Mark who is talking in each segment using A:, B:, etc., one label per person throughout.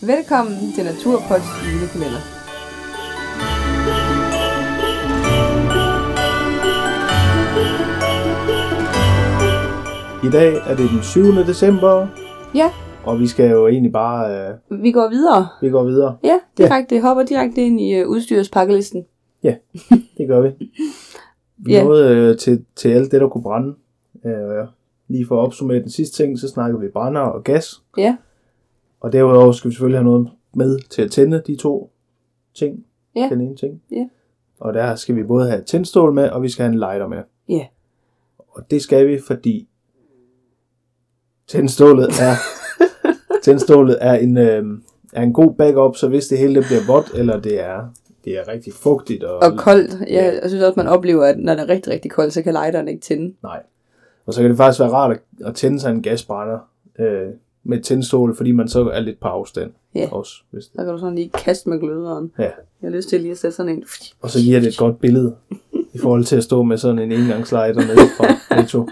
A: Velkommen til Naturpods julekalender.
B: I dag er det den 7. december,
A: Ja,
B: og vi skal jo egentlig bare, øh,
A: vi går videre.
B: vi går videre.
A: Ja, direkte ja. hopper direkte ind i øh, udstyrspakkelisten.
B: Det gør vi. Vi
A: Ja.
B: yeah. nåede øh, til, til alt det, der kunne brænde. Øh, lige for at opsummere den sidste ting, så snakker vi brænder og gas.
A: Ja.
B: Og derudover skal vi selvfølgelig have noget med til at tænde de to ting.
A: Ja.
B: Den ene ting.
A: Ja.
B: Og der skal vi både have tændstål med, og vi skal have en lighter med.
A: Ja.
B: Og det skal vi, fordi tændstålet er, tændstålet er, en, øh, er en god backup, så hvis det hele det bliver vådt, eller det er, det er rigtig fugtigt. Og,
A: Og koldt. Ja,
B: Ja.
A: jeg synes også, man oplever, at når det er rigtig, rigtig koldt, så kan lighteren ikke tænde.
B: Nej. Og så kan det faktisk være rart at, at tænde sig en gasbrænder øh, med et tændstål, fordi man så er lidt på afstand
A: Ja.
B: også. Hvis det.
A: Så kan du sådan lige kaste med gløderen.
B: Ja.
A: Jeg har lyst til lige at sætte sådan en.
B: Og så giver det et godt billede i forhold til at stå med sådan en engangslighter nede fra Netto.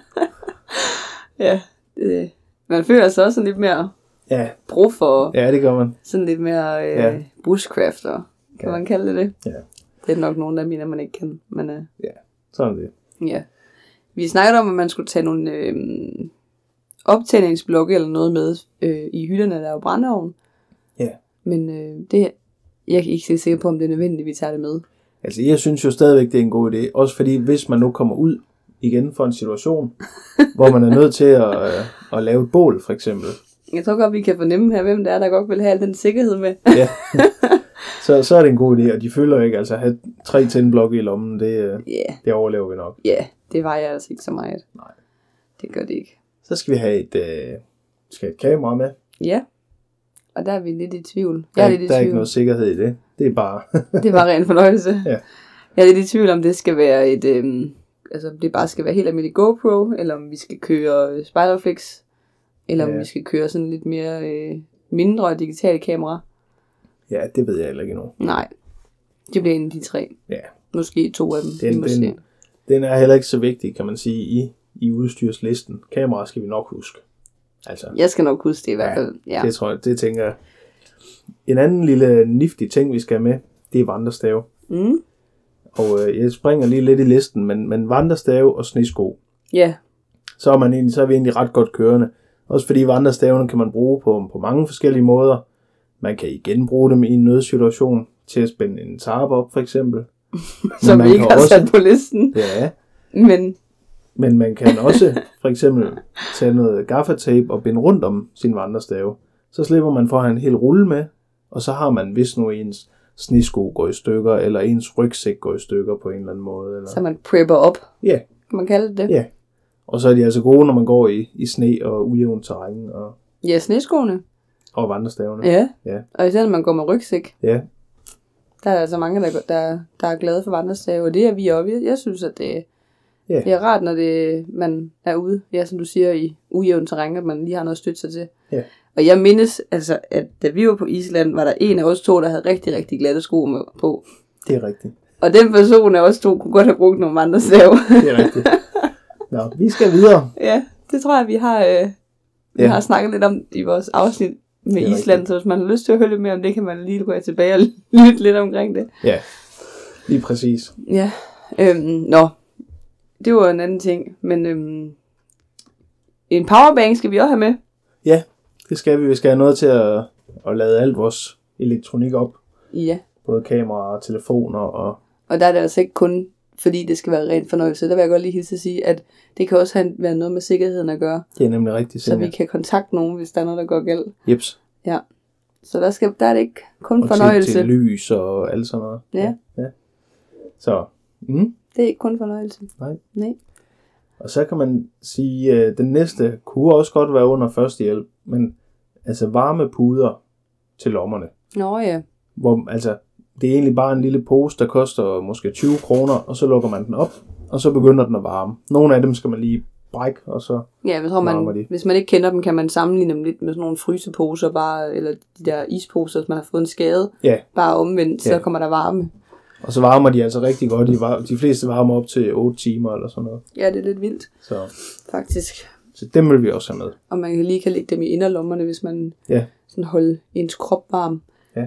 A: Ja, det, Øh, man føler sig også sådan lidt mere
B: Ja,
A: brug for
B: ja, det gør man.
A: sådan lidt mere øh,
B: Ja.
A: ja. bushcrafter. Kan
B: Ja.
A: man kalde det det?
B: Ja.
A: Det er nok nogen, der mener, man ikke kan. Men øh,
B: Sådan er det.
A: Ja. Vi snakkede om, at man skulle tage nogle øh, optændingsblokke eller noget med øh, i hylderne, der er jo brændeovn.
B: Ja.
A: Men øh, det, jeg er ikke så sikker på, om det er nødvendigt, at vi tager det med.
B: Altså, jeg synes jo stadigvæk, det er en god idé. Også fordi, hvis man nu kommer ud igen for en situation, hvor man er nødt til at, øh, at lave et bål, for eksempel,
A: Jeg tror godt, vi kan fornemme her, hvem det er, der godt vil have al den sikkerhed med.
B: ja. så, så er det en god idé. Og de føler jo ikke, altså, at have tre tændblokke i lommen, det, øh,
A: Ja, yeah,
B: det overlever vi nok.
A: ja, yeah, det var jeg altså ikke så meget.
B: Nej.
A: Det gør det ikke.
B: Så skal vi have et, øh, vi skal have et kamera med.
A: Ja, og der er vi lidt i tvivl.
B: Der,
A: Jeg er
B: er,
A: lidt i
B: ikke- der er ikke
A: tvivl.
B: noget sikkerhed i det. Det er bare...
A: Det var ren fornøjelse.
B: Ja.
A: Jeg er lidt i tvivl, om det skal være et... Øhm, altså, om det bare skal være helt almindelig GoPro, eller om vi skal køre øh, Spiderflex, eller om
B: Ja.
A: vi skal køre sådan lidt mere øh, mindre digitale kamera.
B: ja, det ved jeg heller ikke endnu.
A: Nej, det bliver en af de tre.
B: Ja.
A: Måske to af dem.
B: Den-
A: vi må se.
B: den- Den er heller ikke så vigtig, kan man sige, i, i udstyrslisten. Kamera skal vi nok huske. Altså,
A: Jeg skal nok huske det i hvert
B: Ja,
A: fald. Ja.
B: det tror jeg, det tænker jeg. En anden lille nifty ting, vi skal have med, det er vandrestave.
A: Mm?
B: Og øh, jeg springer lige lidt i listen, men, men vandrestave og snesko,
A: ja,
B: så er, man egentlig, så er vi egentlig ret godt kørende. Også fordi vandrestavene kan man bruge på, på mange forskellige måder. Man kan igen bruge dem i en nødsituation til at spænde en tarp op, for eksempel.
A: som
B: man
A: vi ikke
B: kan
A: har
B: også-
A: sat på listen.
B: Ja,
A: Men
B: men man kan også for eksempel tage noget gaffatape og binde rundt om sin vandrestave. Så slipper man for at have en hel rulle med, og så har man, hvis nu ens snisko går i stykker, eller ens rygsæk går i stykker på en eller anden måde. Eller...
A: så man prepper op.
B: Ja.
A: Kan man kalde det det?
B: Ja. Og så er de altså gode, når man går i, i sne og ujævn terræn og,
A: Ja, sneskoene.
B: og vandrestavene.
A: Ja.
B: Ja.
A: Og især når man går med rygsæk.
B: ja,
A: Der er altså mange, der, der, der er glade for vandrestave, og det er vi oppe i. Jeg synes, at det,
B: Ja.
A: det er rart, når det, man er ude, ja, som du siger, i ujævn terræn, at man lige har noget at støtte sig til.
B: Ja.
A: Og jeg mindes, altså, at da vi var på Island, var der en af os to, der havde rigtig, rigtig glatte sko med på.
B: det er rigtigt.
A: Og den person af os to kunne godt have brugt nogle vandrestave.
B: Det er rigtigt. Nå, vi skal videre.
A: ja, det tror jeg, vi har, øh, vi
B: Ja.
A: ja. har snakket lidt om i vores afsnit med
B: Det er
A: Island,
B: rigtigt.
A: så hvis man har lyst til at høre lidt mere om det, kan man lige gå tilbage og lytte lidt omkring det.
B: Ja, lige præcis.
A: Ja, øhm, nå. Det var en anden ting, men øhm, en powerbank skal vi også have med.
B: Ja, det skal vi. Vi skal have noget til at, at lade alt vores elektronik op.
A: Ja,
B: Både kameraer og telefoner og...
A: og der er det altså ikke kun, fordi det skal være ren fornøjelse. Der vil jeg godt lige hilse at sige, at det kan også have, være noget med sikkerheden at gøre,
B: Det er nemlig rigtigt,
A: så vi
B: Senja.
A: kan kontakte nogen, hvis der er noget, der går galt.
B: Jeps.
A: Så der, skal, der er det ikke kun
B: Og til,
A: fornøjelse.
B: til lys og alt sådan noget.
A: Ja.
B: ja. Så, mm.
A: Det er ikke kun fornøjelse.
B: Nej.
A: Nej.
B: Og så kan man sige, at den næste kunne også godt være under førstehjælp, men altså varme puder til lommerne.
A: Nå ja,
B: hvor altså, det er egentlig bare en lille pose, der koster måske 20 kroner, og så lukker man den op, og så begynder den at varme. Nogle af dem skal man lige brække, og så...
A: ja jeg tror,
B: Varmer
A: man,
B: de.
A: hvis man ikke kender dem, kan man sammenligne dem lidt med sådan nogle fryseposer, bare, eller de der isposer, hvis man har fået en skade.
B: Ja,
A: Bare omvendt, så
B: Ja.
A: kommer der varme.
B: og så varmer de altså rigtig godt. De, var, de fleste varmer op til 8 timer eller sådan noget.
A: Ja, det er lidt vildt,
B: Så,
A: faktisk.
B: så dem vil vi også have med.
A: Og man kan lige kan lægge dem i inderlommerne, hvis man
B: Ja.
A: sådan holde ens krop varm.
B: Ja.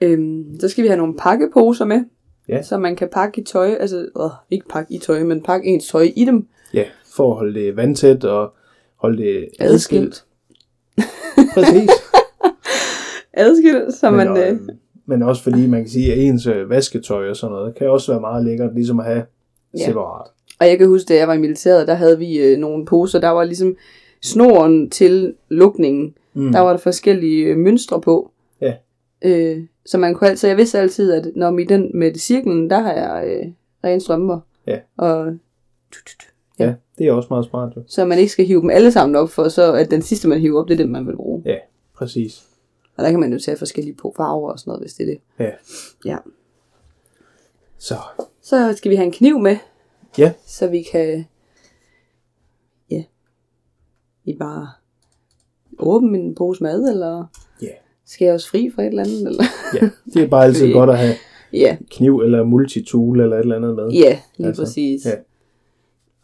A: Øhm, så skal vi have nogle pakkeposer med,
B: Ja.
A: så man kan pakke i tøj, altså øh, ikke pakke i tøj, men pakke ens tøj i dem
B: Ja, for at holde det vandtæt og holde det adskilt.
A: adskilt.
B: Præcis.
A: Adskilt, så man...
B: men,
A: Øh,
B: øh, men også fordi man kan sige, at ens øh, vasketøj og sådan noget, kan også være meget lækkert ligesom at have
A: Ja.
B: separat.
A: Og jeg kan huske, da jeg var i militæret, der havde vi øh, nogle poser, der var ligesom snoren til lukningen. Mm.
B: Mm.
A: Der var der forskellige øh, mønstre på.
B: Ja.
A: Øh, så man kunne altid, jeg vidste altid, at når i den med cirklen, der har jeg øh, rene strømper.
B: Ja.
A: Og, tut, tut, tut.
B: Ja, det er også meget smart jo.
A: så man ikke skal hive dem alle sammen op, for så at den sidste, man hiver op, det er den, man vil bruge.
B: Ja, præcis.
A: Og der kan man jo tage forskellige på farver og sådan noget, hvis det er det.
B: Ja.
A: Ja.
B: Så,
A: Så skal vi have en kniv med.
B: Ja.
A: Så vi kan... Ja. Vi bare åbne min pose mad, eller
B: ja.
A: skal jeg også fri fra et eller andet? Eller?
B: ja. Det er bare altid
A: Fordi-
B: godt at have
A: Ja,
B: kniv eller multitool eller et eller andet med.
A: ja, lige altså,
B: Altså,
A: præcis.
B: ja.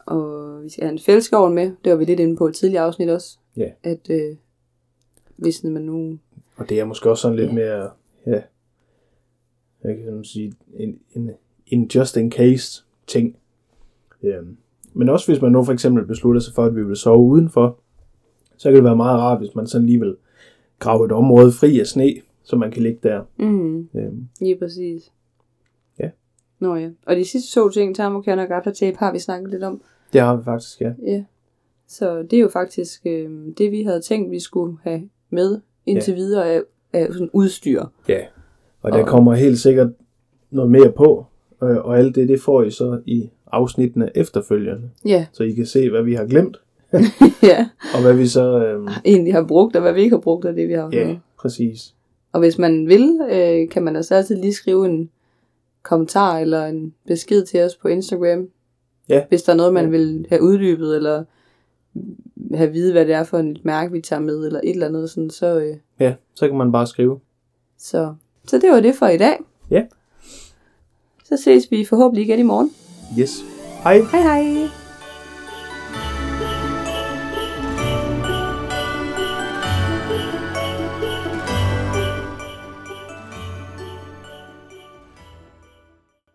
A: Og vi skal have en fælleskovl med. Det var vi lidt inde på i et tidligere afsnit også.
B: Ja.
A: At øh, hvis man nu...
B: Og det er måske også sådan lidt mere, ja, jeg kan sådan sige, en, en, en just in case ting. Øhm, men også hvis man nu for eksempel beslutter sig for, at vi vil sove udenfor, så kan det være meget rart, hvis man sådan lige vil grave et område fri af sne, så man kan ligge der.
A: Mm,
B: Øhm,
A: lige præcis.
B: Ja.
A: Nå ja. Og de sidste to ting, termokander og gaffatape, har vi snakket lidt om.
B: det har vi faktisk, ja.
A: Ja. Så det er jo faktisk øh, det, vi havde tænkt, vi skulle have med indtil ja. videre af, af sådan udstyr.
B: Ja. Og der
A: Og-
B: kommer helt sikkert noget mere på, øh, og alt det, det får I så i afsnittene efterfølgende,
A: Ja,
B: så I kan se, hvad vi har glemt,
A: ja.
B: og hvad vi så... Øhm,
A: Egentlig har brugt, og hvad vi ikke har brugt, og det vi har haft med.
B: ja, præcis.
A: Og hvis man vil, øh, kan man altså altid lige skrive en kommentar eller en besked til os på Instagram.
B: Ja.
A: Hvis der er noget, man
B: Ja.
A: ja. vil have uddybet, eller have vide, hvad det er for et mærke, vi tager med, eller et eller andet sådan, så, øh,
B: Ja, så kan man bare skrive.
A: så, så det var det for i dag.
B: Ja.
A: Så ses vi forhåbentlig igen i morgen.
B: Yes. Hej.
A: Hej hej!